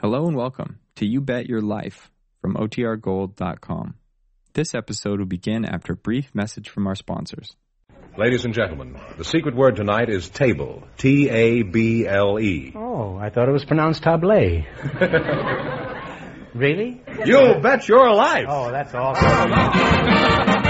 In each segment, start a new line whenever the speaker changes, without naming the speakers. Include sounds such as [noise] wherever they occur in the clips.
Hello and welcome to You Bet Your Life from OTRGold.com. This episode will begin after a brief message from our sponsors.
Ladies and gentlemen, the secret word tonight is table. T A B L E.
Oh, I thought it was pronounced tablé. really?
You bet your life.
Oh, that's awesome.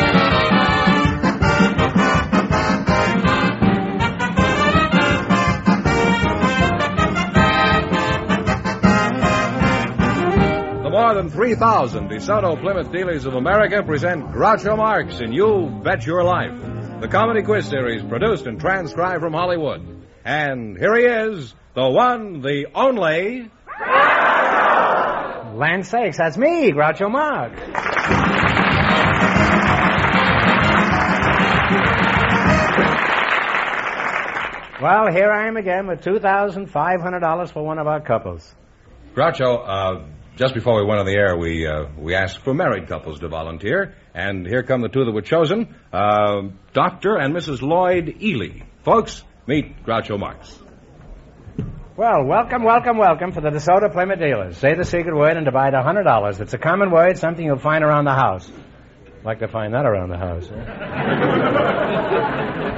The more than 3,000 DeSoto Plymouth dealers of America present Groucho Marx in You Bet Your Life, the comedy quiz series produced and transcribed from Hollywood. And here he is, the one, the only.
Land sakes, that's me, Groucho Marx. Well, here I am again with $2,500 for one of our couples.
Groucho, uh, just before we went on the air, we uh, we asked for married couples to volunteer, and here come the two that were chosen uh, Dr. and Mrs. Lloyd Ely. Folks, meet Groucho Marx.
Well, welcome, welcome, welcome for the DeSoto Plymouth dealers. Say the secret word and divide $100. It's a common word, something you'll find around the house. Like to find that around the house. Eh?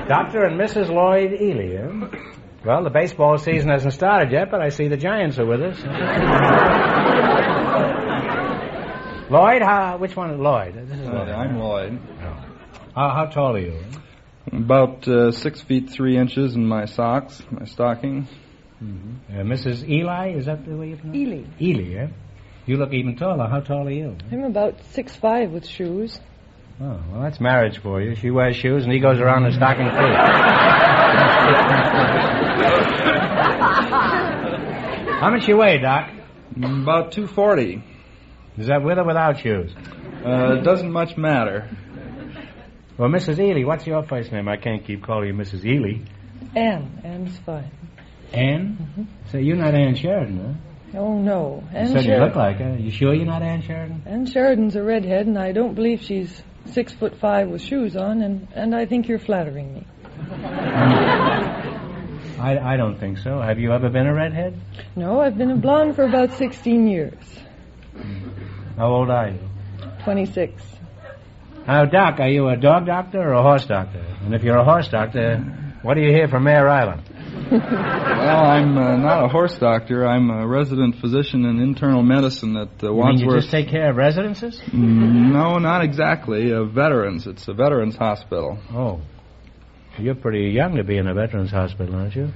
Dr. and Mrs. Lloyd Ely, eh? Well, the baseball season hasn't started yet, but I see the Giants are with us. Lloyd, how, which one? Lloyd. This is Lloyd.
Uh, I'm Lloyd.
How, how tall are you?
About uh, six feet three inches in my socks, my stocking.
Uh, Mrs. Eli, is that the way you pronounce it?
Ely.
Ely, eh? You look even taller. How tall are you?
I'm about six five with shoes.
Oh, well, that's marriage for you. She wears shoes and he goes around in stocking [laughs] feet. How much you weigh, Doc?
About 240.
Is that with or without shoes?
Uh, doesn't much matter.
Well, Mrs. Ely, what's your first name? I can't keep calling you Mrs. Ely.
Anne, Anne's fine.
Ann? So you're not Ann Sheridan, huh?
Oh no, Anne
so you
Sheridan.
look like her. You sure you're not Ann Sheridan?
Anne Sheridan's a redhead, and I don't believe she's six foot five with shoes on. And and I think you're flattering me.
I, I don't think so. Have you ever been a redhead?
No, I've been a blonde for about sixteen years.
How old are you?
Twenty six.
Now, Doc, are you a dog doctor or a horse doctor? And if you're a horse doctor, what do you hear from Mare Island?
Well, I'm uh, not a horse doctor. I'm a resident physician in internal medicine at uh,
You mean you
Wadsworth.
just take care of residences?
Mm, no, not exactly. Uh, veterans. It's a veterans hospital.
Oh. You're pretty young to be in a veterans hospital, aren't you?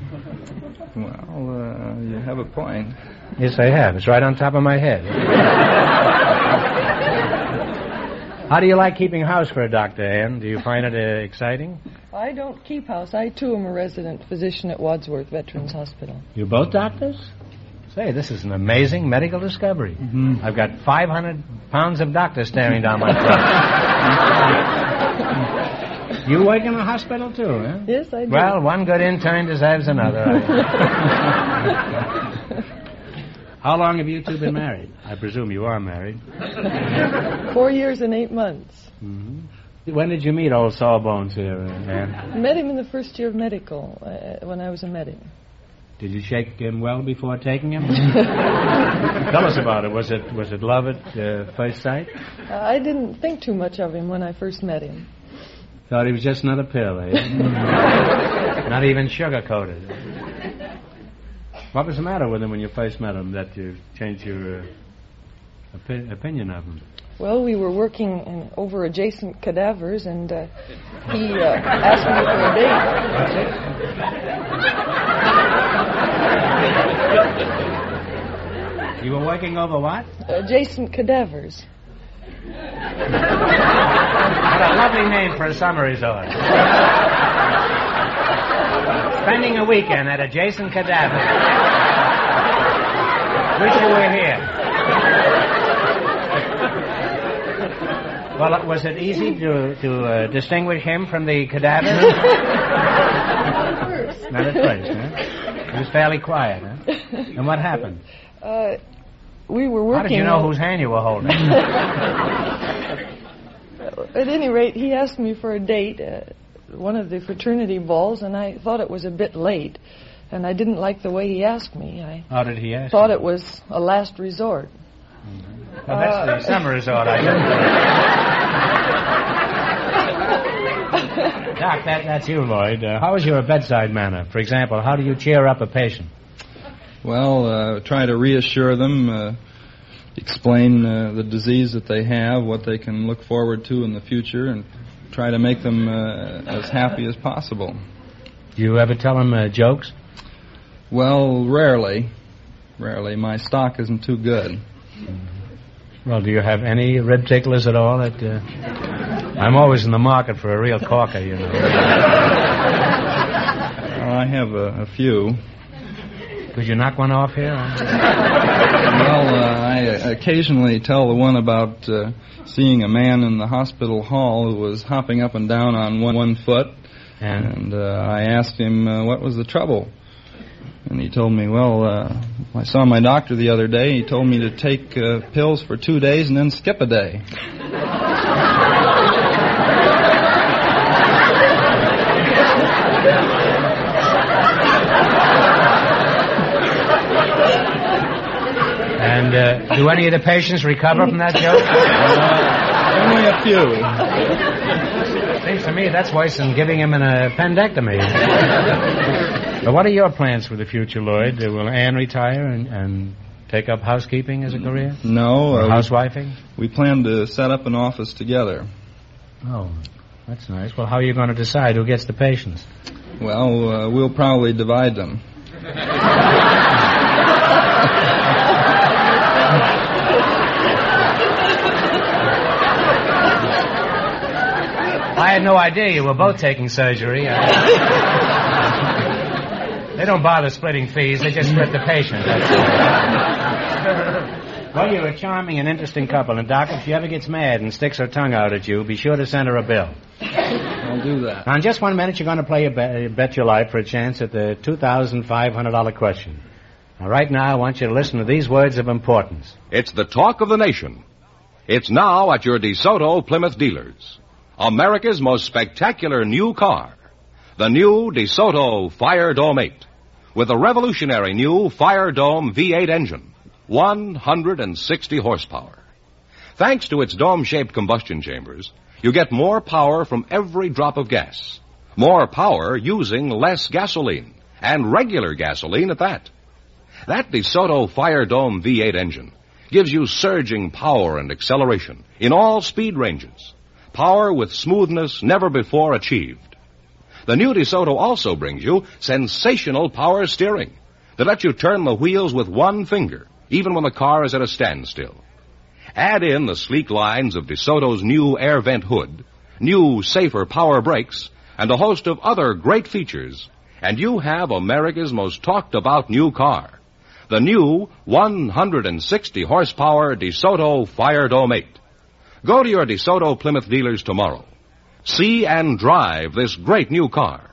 Well, uh, you have a point.
Yes, I have. It's right on top of my head. [laughs] How do you like keeping house for a doctor, Ann? Do you find it uh, exciting?
I don't keep house. I too am a resident physician at Wadsworth Veterans Hospital.
You both doctors? Say, this is an amazing medical discovery. I've got 500 pounds of doctor staring down my throat. [laughs] you work in a hospital too, eh? huh?
Yes, I do.
Well, one good intern deserves another. [laughs] How long have you two been married? I presume you are married.
Four years and eight months.
When did you meet old Sawbones here, uh, Ann?
Met him in the first year of medical uh, when I was a medic.
Did you shake him well before taking [laughs] him? Tell us about it. Was it was it love at uh, first sight?
Uh, I didn't think too much of him when I first met him.
Thought he was just another pill, [laughs] eh? Not even sugar coated. What was the matter with him when you first met him that you changed your uh, opi- opinion of him?
Well, we were working in, over adjacent cadavers, and uh, he uh, asked me for a date.
You were working over what?
Adjacent cadavers.
What a lovely name for a summer resort. Spending a weekend at adjacent cadaver. Wish you were here. Well, uh, was it easy to, to uh, distinguish him from the cadaver? Not at first, huh? He was fairly quiet, huh? And what happened?
Uh, we were working.
How did you know
on-
whose hand you were holding?
[laughs] At any rate, he asked me for a date, uh, one of the fraternity balls, and I thought it was a bit late. and I didn't like the way he asked me. I
How did he ask?
thought
you?
it was a last resort.
Well, that's the summer resort I know. Doc, that, that's you, Lloyd. Uh, how is your bedside manner? For example, how do you cheer up a patient?
Well, uh, try to reassure them, uh, explain uh, the disease that they have, what they can look forward to in the future, and try to make them uh, as happy as possible.
Do you ever tell him uh, jokes?
Well, rarely. Rarely. My stock isn't too good.
Well, do you have any rib ticklers at all? That, uh... I'm always in the market for a real corker, you know.
Well, I have a, a few.
Could you knock one off here?
Well, uh, I occasionally tell the one about uh, seeing a man in the hospital hall who was hopping up and down on one, one foot,
And
and uh, I asked him uh, what was the trouble. And he told me, well, uh, I saw my doctor the other day. He told me to take uh, pills for two days and then skip a day.
and uh, do any of the patients recover from that joke?
Only a few.
Seems to me that's worse than giving him an appendectomy. but what are your plans for the future, Lloyd? Uh, Will Anne retire and, and take up housekeeping as a career?
No,
Or
uh,
Housewifing?
we plan to set up an office together.
Oh, that's nice. Well, how are you going to decide who gets the patients?
Well, uh, we'll probably divide them.
I had no idea you were both taking surgery. [laughs] I- they don't bother splitting fees, they just split the patient. that's all. Well, you're a charming and interesting couple, and Doc, if she ever gets mad and sticks her tongue out at you, be sure to send her a bill.
I'll do that.
Now, in just one minute, you're going to play a bet, bet your life for a chance at the $2,500 question. Now, right now, I want you to listen to these words of importance.
It's the talk of the nation. It's now at your DeSoto Plymouth dealers. America's most spectacular new car. The new DeSoto Fire Dome 8. With a revolutionary new Fire Dome V8 engine. 160 horsepower. Thanks to its dome shaped combustion chambers, you get more power from every drop of gas. More power using less gasoline. And regular gasoline at that. That DeSoto Fire Dome V8 engine gives you surging power and acceleration in all speed ranges. Power with smoothness never before achieved. The new DeSoto also brings you sensational power steering that lets you turn the wheels with one finger, even when the car is at a standstill. Add in the sleek lines of DeSoto's new air vent hood, new safer power brakes, and a host of other great features, and you have America's most talked about new car. The new 160 horsepower DeSoto Fire Dome 8. Go to your DeSoto Plymouth dealers tomorrow. See and drive this great new car.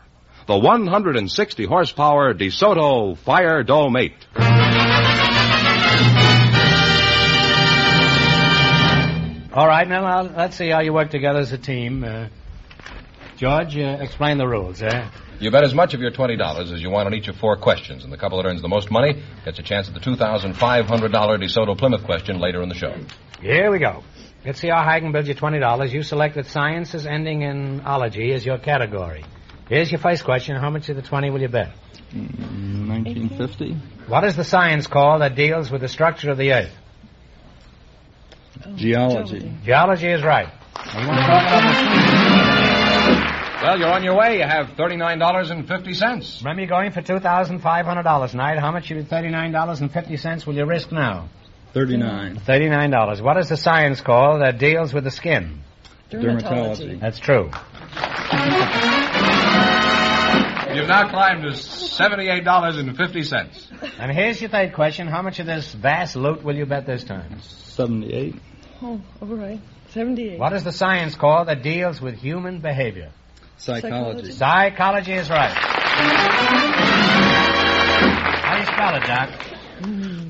The 160 horsepower DeSoto Fire Dome 8.
All right, now I'll, let's see how you work together as a team. Uh, George, uh, explain the rules. Eh?
You bet as much of your $20 as you want on each of four questions, and the couple that earns the most money gets a chance at the $2,500 DeSoto Plymouth question later in the show.
Here we go. Let's see how high I can build you twenty dollars. You selected sciences ending in ology as your category. Here's your first question. How much of the twenty will you bet?
1950?
What is the science called that deals with the structure of the earth?
Geology.
Geology is right.
Well, you're on your way. You have $39.50.
Remember, you're going for two thousand five hundred dollars tonight. How much of thirty nine dollars and fifty cents will you risk now?
39.
Thirty nine dollars. What is the science called that deals with the skin?
Dermatology.
That's true.
You've now climbed to $78.50.
And here's your third question. How much of this vast loot will you bet this time?
78.
Oh, all right. 78.
What is the science called that deals with human behavior?
Psychology.
Psychology is right. How do you spell it, Doc?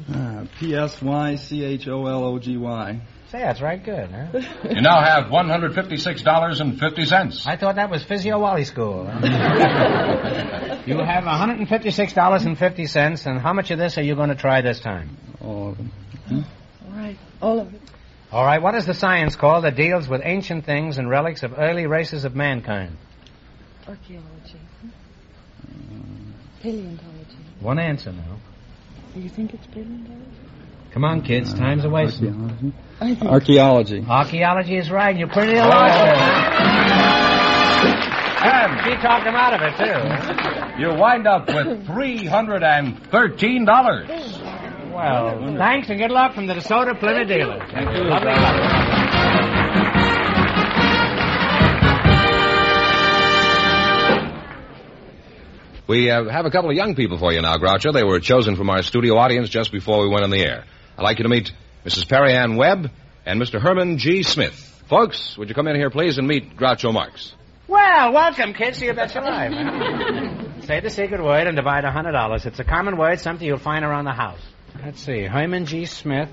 Uh, P S Y C H O L O G Y.
Say, that's right good, huh?
You now have $156.50.
I thought that was Physio Wally [laughs] School. you have $156.50, and how much of this are you going to try this time?
All of them.
All right, all of it.
All right, what is the science called that deals with ancient things and relics of early races of mankind?
Archaeology.
Mm.
Paleontology.
One answer now.
Do you think it's paleontology?
Come on, kids, time's a waste.
Archaeology.
I think
Archaeology.
Archaeology is right. You're pretty alive. She talked him out of it, too.
You wind up with $313.
Well, thanks and good luck from the DeSoto Plymouth dealer. Thank you. Lovely luck.
We uh, have a couple of young people for you now, Groucho. They were chosen from our studio audience just before we went on the air. I'd like you to meet Mrs. Perry Ann Webb and Mr. Herman G. Smith. Folks, would you come in here, please, and meet Groucho Marx?
Well, welcome, kids. See you bet your life. [laughs] Say the secret word and divide a hundred dollars. It's a common word, something you'll find around the house. Let's see, Hyman G. Smith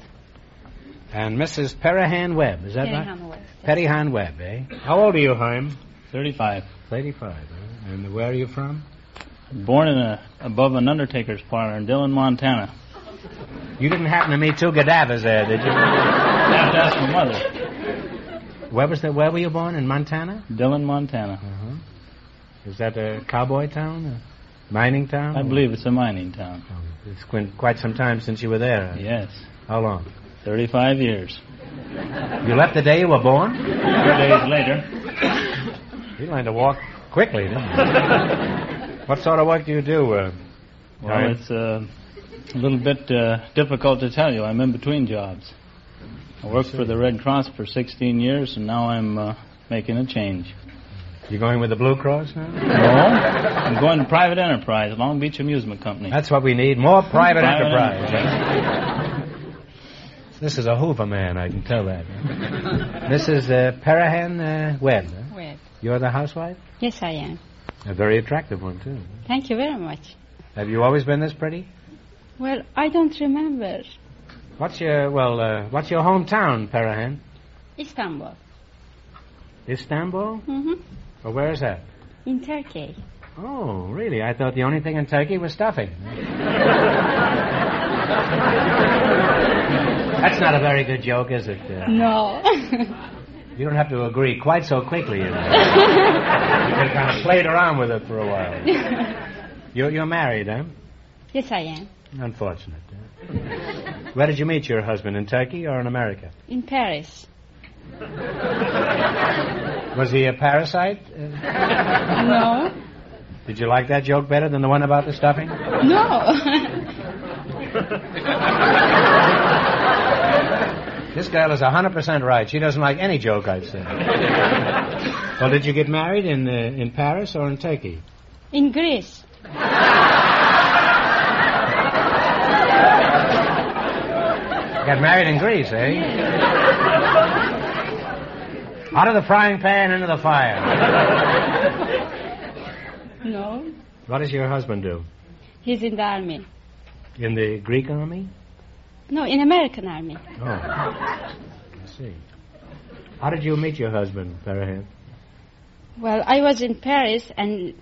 and Mrs. Perahan Webb. Is that right? Petty Han Webb, eh? How old are you, Hyman?
35.
Thirty-five. eh? Huh? And where are you from?
Born in a above an undertaker's parlor in Dillon, Montana.
You didn't happen to meet two cadavers there, did you?
Now that's my mother.
where was that? Where were you born? In Montana?
Dillon, Montana.
Uh-huh. Is that a cowboy town? A mining town?
I believe it's a mining town.
Oh, It's been quite some time since you were there. huh?
Yes.
How long?
35 years.
You left the day you were born?
Four days later,
You learned to walk quickly,
[laughs]
didn't you? [laughs] what sort of work do you do? Uh,
well, it's uh, a little bit uh, difficult to tell you. I'm in between jobs. I worked for the Red Cross for 16 years, and now I'm uh, making a change.
you going with the Blue Cross now?
No, I'm going to private enterprise, Long Beach Amusement Company.
That's what we need, more private,
Private
enterprise. This is a Hoover man, I can tell [laughs] that. this is uh, Perahan uh, Webb. huh?
Webb.
You're the housewife?
Yes, I am.
A very attractive one, too.
Thank you very much.
Have you always been this pretty?
Well, I don't remember
What's your, well, uh, what's your hometown, Perahan?
Istanbul.
Istanbul?
hmm
Or where is that?
In Turkey.
Oh, really? I thought the only thing in Turkey was [laughs] stuffing. That's not a very good joke, is it? Uh,
No.
You don't have to agree quite so quickly. You, know. you can kind of play it around with it for a while. You're, you're married, huh?
[laughs] yes, I am.
Unfortunate. huh? Where did you meet your husband? In Turkey or in America?
In Paris.
Was he a parasite? Uh,
No.
did you like that joke better than the one about the stuffing?
No.
This girl is 100% right. She doesn't like any joke I've said. well, did you get married in, uh, in Paris or in Turkey?
[laughs] In Greece.
Got married in Greece, eh? Out of the frying pan into the fire.
No.
What does your husband do?
He's in the army.
In the Greek army?
No, in American army.
Oh. I see. How did you meet your husband, Farahan?
Well, I was in Paris and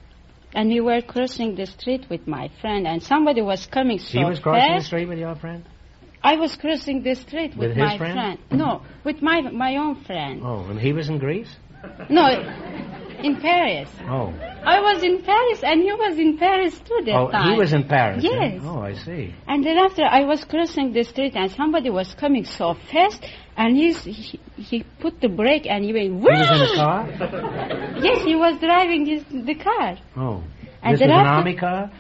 and we were crossing the street with my friend and somebody was coming so
He was crossing the
fast.
street with your friend?
I was crossing the street with,
With his
my
friend?
No, with my my own friend.
Oh, and he was in Greece?
No, in Paris.
Oh.
I was in Paris and he was in Paris too that
oh,
time.
he was in Paris. eh?
Yes.
Oh, I see.
And then after I was crossing the street and somebody was coming so fast and he's, he, he put the brake and he went,
He was in a car?
Yes, he was driving his, the car.
Oh.
And
this
then
was an
after-
army car?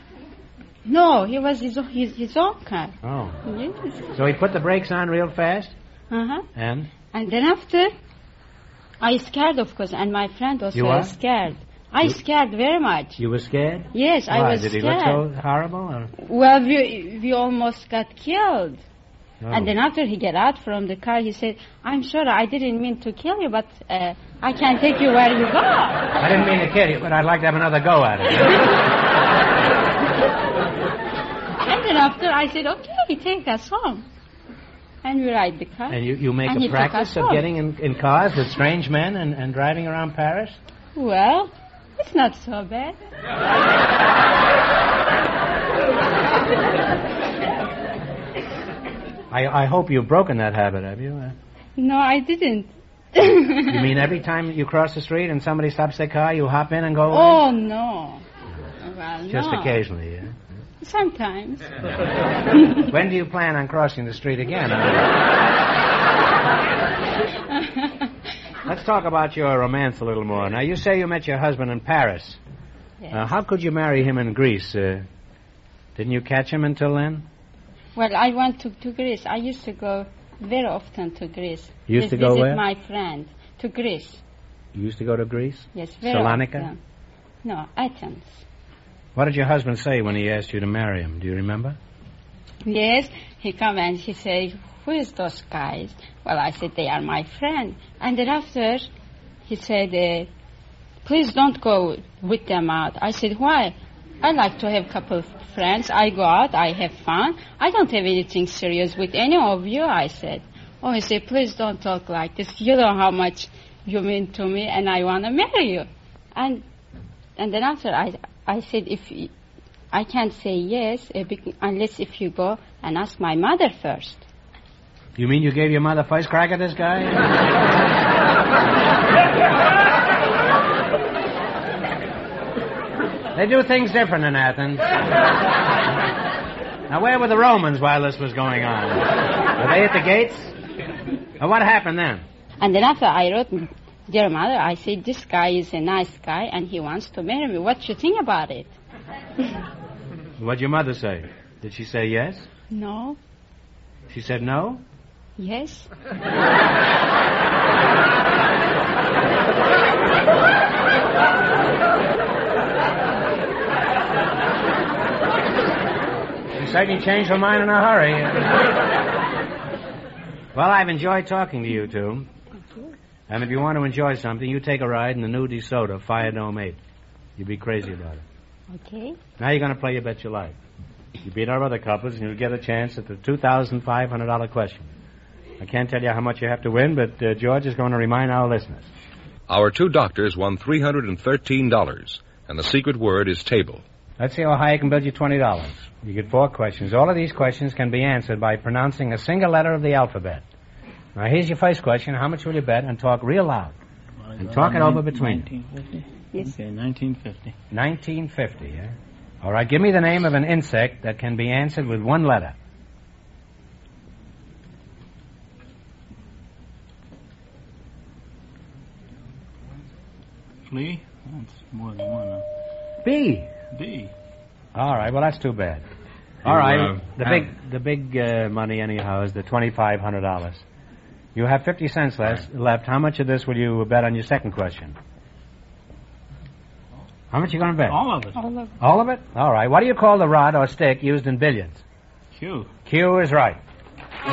No, he was his, o- his, his own car. Uh-huh.
Oh.
Yes.
So he put the brakes on real fast?
Uh-huh.
And?
And then after, I scared of course and my friend was
You
very
what?
scared. I scared very much.
You were scared?
Yes, I
Why?
was
Did he
scared.
look so horrible? Or?
Well, we, we almost got killed.
No.
And then after he get out from the car, he said, "I'm sorry, I didn't mean to kill you, but uh, I can't take you where you go." [laughs]
I didn't mean to kid you, but I'd like to have another go at it.
And then after, I said, "Okay, take us home." and we ride the car.
And you, you make
And he
a
took
practice
us
of
home.
getting in, in cars with strange men and, and driving around Paris?
Well, it's not so bad.
I, I hope you've broken that habit, have you? Uh,
No, I didn't.
You
[laughs]
mean every time you cross the street and somebody stops their car, you hop in and go?
Oh no. Well,
Just
no.
occasionally, yeah. [laughs]
Sometimes.
When do you plan on crossing the street again? Uh,
[laughs]
Let's talk about your romance a little more. Now, you say you met your husband in Paris.
Yes.
Uh, how could you marry him in Greece? Uh, didn't you catch him until then?
Well, I went to, to Greece. I used to go very often to Greece.
You used
to
to go
visit
where?
my friend to Greece.
You used to go to Greece?
Yes, very
Salonika?
often. No, Athens.
What did your husband say when he asked you to marry him? Do you remember?
Yes, he come and he say, "Who is those guys?" Well, I said, "They are my friend." And then after, he said, uh, "Please don't go with them out." I said, "Why?" I like to have couple of friends. I go out, I have fun. I don't have anything serious with any of you. I said. Oh, he said, "Please don't talk like this. You know how much you mean to me, and I want to marry you." And and then after, I I said, "If." y- I can't say yes uh, bec- unless if you go and ask my mother first.
You mean you gave your mother first crack at this guy? they do things different in Athens. Now, where were the Romans while this was going on? Were they at the gates? Now, what happened then?
And then after I wrote, m- dear mother, I said this guy is a nice guy and he wants to marry me. What you think about it?
What'd your mother say? Did she say yes?
No.
She said no?
Yes.
She certainly changed her mind in a hurry. [laughs] well, I've enjoyed talking to you two. And if you want to enjoy something, you take a ride in the new DeSoto, Fire Dome 8. You'd be crazy about it.
Okay.
Now you're going to play You Bet Your Life. You beat our other couples, and you'll get a chance at the $2,500 question. I can't tell you how much you have to win, but uh, George is going to remind our listeners.
Our two doctors won $313, and the secret word is table.
Let's see how high you can build you $20. You get four questions. All of these questions can be answered by pronouncing a single letter of the alphabet. Now, here's your first question. How much will you bet? And talk real loud. And talk it over between.
1950?
Yes.
Okay, 1950.
1950, yeah? eh? All right, give me the name of an insect that can be answered with one letter.
Flea? That's more than one. Huh?
B.
B.
All right, well, that's too bad. All right,
uh,
the big, the big uh, money, anyhow, is the $2,500. You have 50 cents less, left. How much of this will you bet on your second question? How much you going to bet?
All of it.
All of
All of it? All right. What do you call the rod or stick used in billiards?
Q.
Q is right. All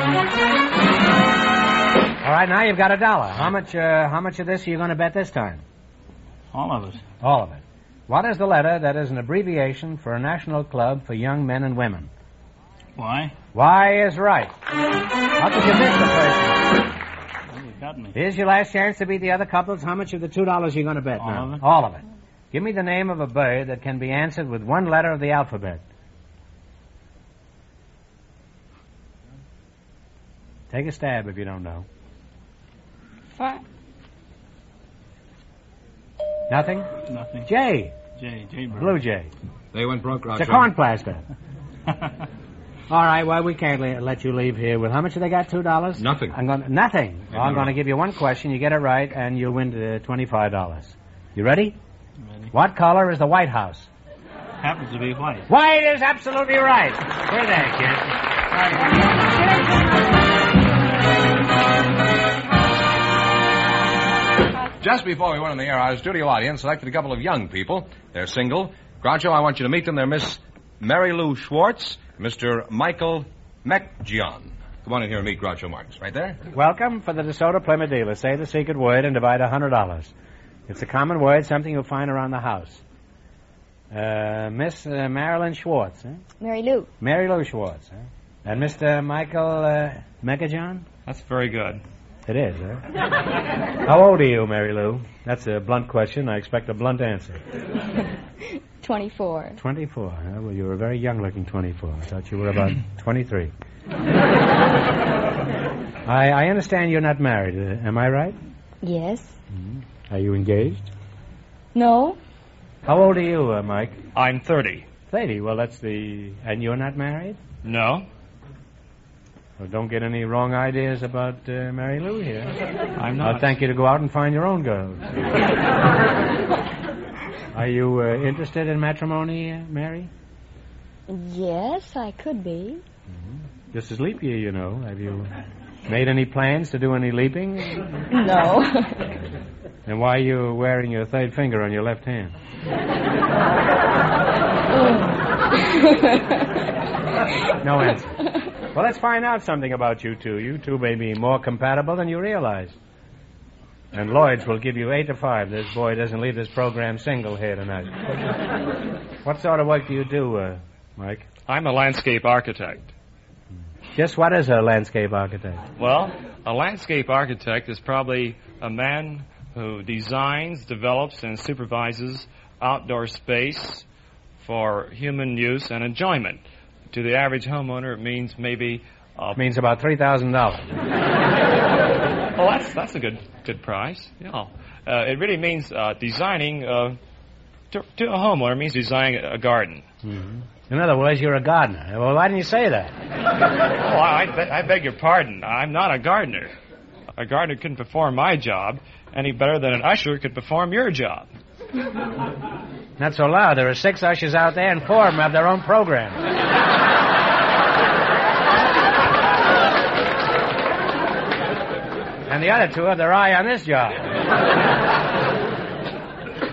right, now you've got a dollar. How much? Uh, how much of this are you going to bet this time?
All of it.
All of it. What is the letter that is an abbreviation for a national club for young men and women?
Why?
Y is right. How could you miss the first?
Oh, you got me.
Here's your last chance to beat the other couples. How much of the two dollars are you going to bet
All
now?
of it.
All of it. Give me the name of a bird that can be answered with one letter of the alphabet. Take a stab if you don't know.
Fi-
Nothing?
Nothing.
Jay.
J. J. Bird.
Blue Jay.
They went broke, Groucho.
It's a corn plaster. [laughs] All right, well, we can't le- let you leave here with how much have they got? Two dollars?
Nothing.
I'm going nothing. Well, I'm going to give you one question. You get it right, and you'll win the twenty-five dollars. You ready?
Ready.
What color is the White House?
Happens to be white.
White is absolutely right. We're there, kid.
Just before we went on the air, our studio audience selected a couple of young people. They're single. Groucho, I want you to meet them. They're Miss Mary Lou Schwartz, Mr. Michael McGeon. Come on in here and meet Groucho Marx. Right there?
Welcome for the DeSoto Plymouth dealer. Say the secret word and divide a hundred dollars. It's a common word, something you'll find around the house. Uh, Miss uh, Marilyn Schwartz, huh?
Mary Lou.
Mary Lou Schwartz, huh? And Mr. Michael uh, Megajohn?
That's very good.
It is, huh? How old are you, Mary Lou? That's a blunt question. I expect a blunt answer.
24.
24, huh? Well, you were very young looking 24. I thought you were about 23. I, I understand you're not married. Uh, am I right?
Yes.
Are you engaged?
No.
How old are you, uh, Mike?
I'm 30.
30. Well, that's the. And you're not married?
No,
Well, don't get any wrong ideas about uh, Mary Lou here.
[laughs] I'm
I'll
not.
thank you to go out and find your own
[laughs]
girls. are you uh, interested in matrimony, uh, Mary?
Yes, I could be.
This is leap year, you know. Have you made any plans to do any leaping?
No.
And why are you wearing your third finger on your left hand? no answer. Well, let's find out something about you two. You two may be more compatible than you realize. And Lloyd's will give you eight to five. This boy doesn't leave this program single here tonight. what sort of work do you do, uh, Mike?
I'm a landscape architect.
Just what is a landscape architect?
Well, a landscape architect is probably a man who designs, develops, and supervises outdoor space for human use and enjoyment. To the average homeowner, it means maybe. Uh,
Means about three thousand dollars.
well, oh, that's that's a good good price. Yeah, uh, it really means uh, designing. Uh, to, to a homeowner, it means designing a garden.
In other words, you're a gardener. Well, why didn't you say that?
Oh, I, I, be- I beg your pardon. I'm not a gardener. A gardener couldn't perform my job any better than an usher could perform your job.
Not so loud. There are six ushers out there, and four of them have their own program. and the other two have their eye on this job.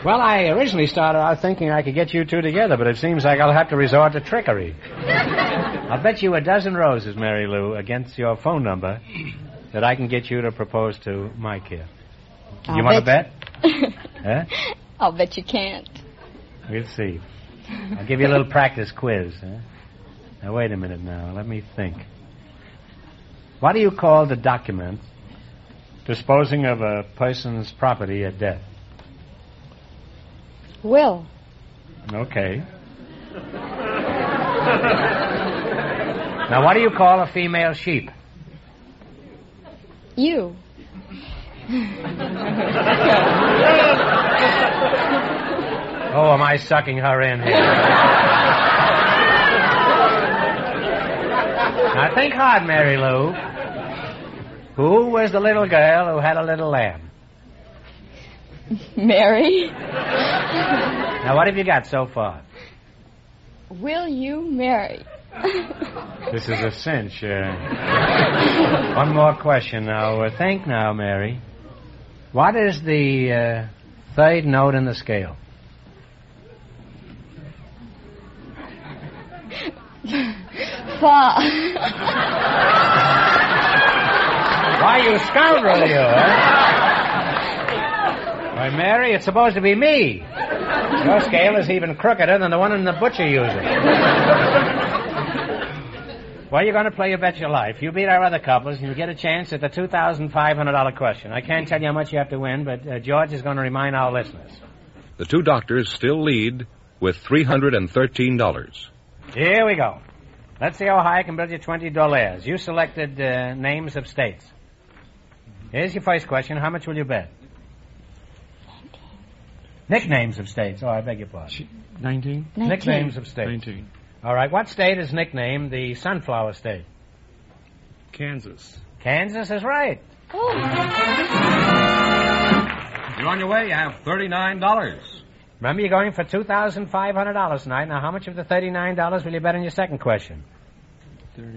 [laughs] well, I originally started out thinking I could get you two together, but it seems like I'll have to resort to
[laughs]
trickery. I'll bet you a dozen roses, Mary Lou, against your phone number, that I can get you to propose to Mike here. you
I'll
want to
bet-
bet?
[laughs]
huh?
I'll bet you can't.
We'll see. I'll give you a little practice quiz. Huh? Now, wait a minute now. Let me think. What do you call the document disposing of a person's property at death?
Will.
Okay. now, what do you call a female sheep?
You.
Oh, am I sucking her in here? now, think hard, Mary Lou. Who was the little girl who had a little lamb?
Mary,
Now, what have you got so far?
will you [laughs] marry?
This is a cinch. Uh, one more question now. Uh, think now, Mary. What is the uh, third note in the scale?
Fa.
Why, you scoundrel, you! Huh? Why, Mary, it's supposed to be me. Your scale is even crookeder than the one in the butcher uses. Well, you're going to play your bet your life. You beat our other couples, and you get a chance at the $2,500 question. I can't tell you how much you have to win, but uh, George is going to remind our listeners.
The two doctors still lead with $313.
Here we go. Let's see how high I can build you twenty dollars. You selected uh, names of states. Here's your first question. How much will you bet? Nicknames of states. Oh, I beg your pardon.
19?
Nicknames of states.
19.
All right. What state is nicknamed the sunflower state?
Kansas.
Kansas is right.
You're on your way. You have $39.
Remember, you're going for two thousand five hundred dollars tonight. Now, how much of the thirty-nine dollars will you bet on your second question?
30.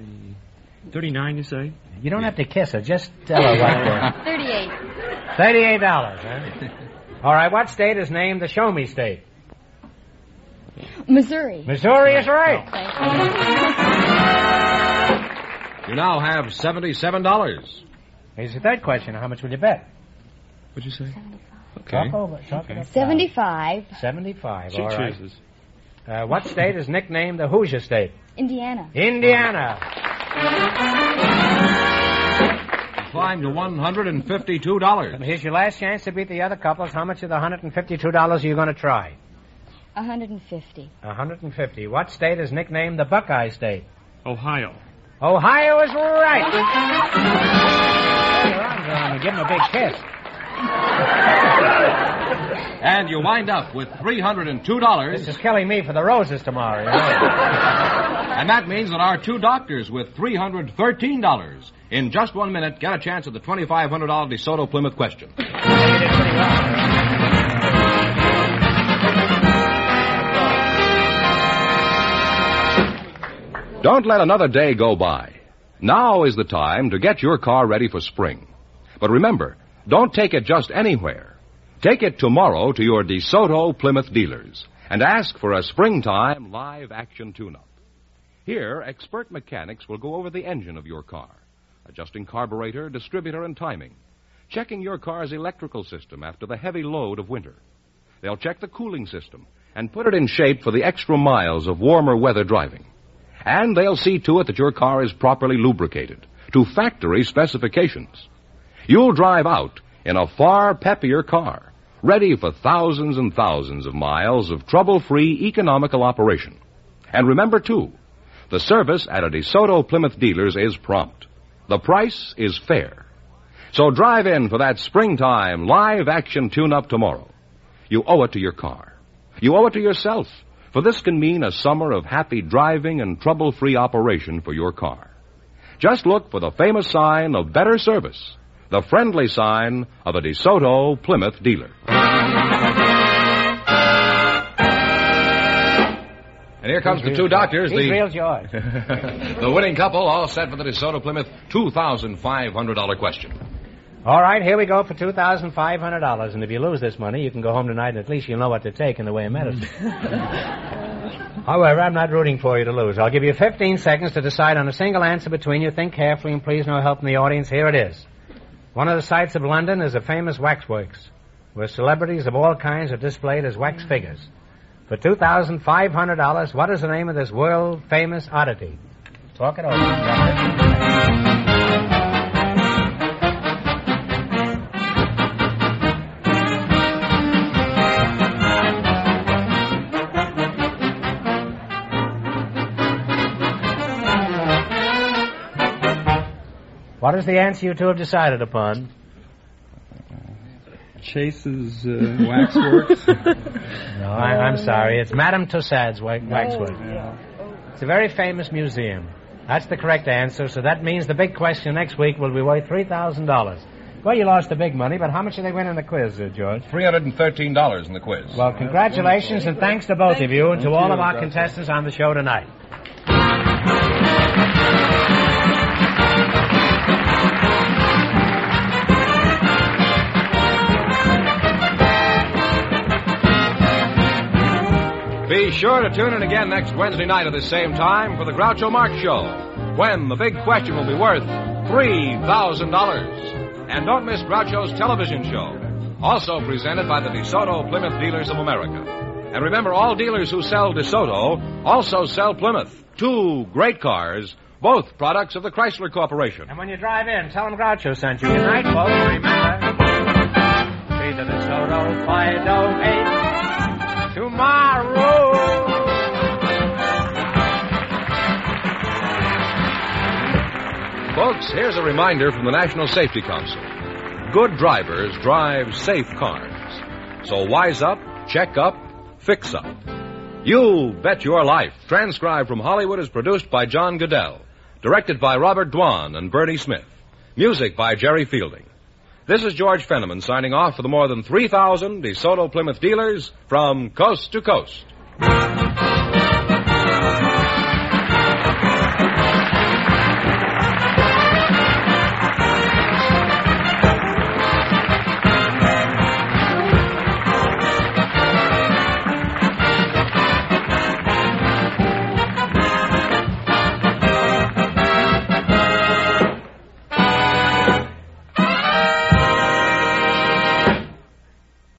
39, you say?
You don't have to kiss her. Just tell her
[laughs]
what.
38.
Thirty-eight dollars. Huh? All right. What state is named the Show Me State?
Missouri.
Missouri is right.
You now have $77.
Here's the third question. How much will you bet?
What'd you say?
Talk over. Talk it up.
75.
75.
She
all right.
chooses.
Uh, what state is nicknamed the Hoosier State?
Indiana.
Indiana.
Climbed to $152.
Here's your last chance to beat the other couples. How much of the $152 are you going to try?
150.
150. What state is nicknamed the Buckeye State?
Ohio.
Ohio is right. Put your arms around him. Give him a big kiss.
And you wind up with
This
$302,
is killing me for the roses tomorrow. you know.
and that means that our two doctors with $313. In just one minute, get a chance at the $2,500 DeSoto Plymouth question. Don't let another day go by. Now is the time to get your car ready for spring. But remember, don't take it just anywhere. Take it tomorrow to your DeSoto Plymouth dealers and ask for a springtime live action tune up. Here, expert mechanics will go over the engine of your car, adjusting carburetor, distributor, and timing, checking your car's electrical system after the heavy load of winter. They'll check the cooling system and put it in shape for the extra miles of warmer weather driving. And they'll see to it that your car is properly lubricated to factory specifications. You'll drive out in a far peppier car, ready for thousands and thousands of miles of trouble free economical operation. And remember, too, the service at a DeSoto Plymouth dealer's is prompt. The price is fair. So drive in for that springtime live action tune up tomorrow. You owe it to your car. You owe it to yourself, for this can mean a summer of happy driving and trouble free operation for your car. Just look for the famous sign of better service, the friendly sign of a DeSoto Plymouth dealer. And here comes the two doctors,
He's real
the,
joy.
the winning couple, all set for the DeSoto Plymouth $2,500 question.
All right, here we go for $2,500. And if you lose this money, you can go home tonight and at least you'll know what to take in the way of medicine. However, I'm not rooting for you to lose. I'll give you 15 seconds to decide on a single answer between you. Think carefully and please no help from the audience. Here it is. One of the sights of London is the famous waxworks, where celebrities of all kinds are displayed as wax figures. For $2,500, what is the name of this world famous oddity? Talk it over. What is the answer you two have decided upon?
Chase's uh, waxworks.
No, I, I'm sorry. It's Madame Tussaud's wa- waxwork. It's a very famous museum. That's the correct answer. So that means the big question next week will be worth three thousand dollars. Well, you lost the big money, but how much did they win in the quiz, uh, George?
$313 in the quiz.
Well, congratulations and thanks to both of you and to all of our contestants on the show tonight.
Be sure to tune in again next Wednesday night at the same time for the Groucho Marx Show, when the big question will be worth $3,000. And don't miss Groucho's television show, also presented by the DeSoto Plymouth Dealers of America. And remember, all dealers who sell DeSoto also sell Plymouth, two great cars, both products of the Chrysler Corporation.
And when you drive in, tell them Groucho sent you. Good night, folks. Remember, see the DeSoto 508 tomorrow.
Folks, here's a reminder from the National Safety Council. Good drivers drive safe cars. So wise up, check up, fix up. You Bet Your Life, transcribed from Hollywood, is produced by John Goodell, directed by Robert Dwan and Bernie Smith, music by Jerry Fielding. This is George Fenneman signing off for the more than 3,000 DeSoto Plymouth dealers from coast to coast.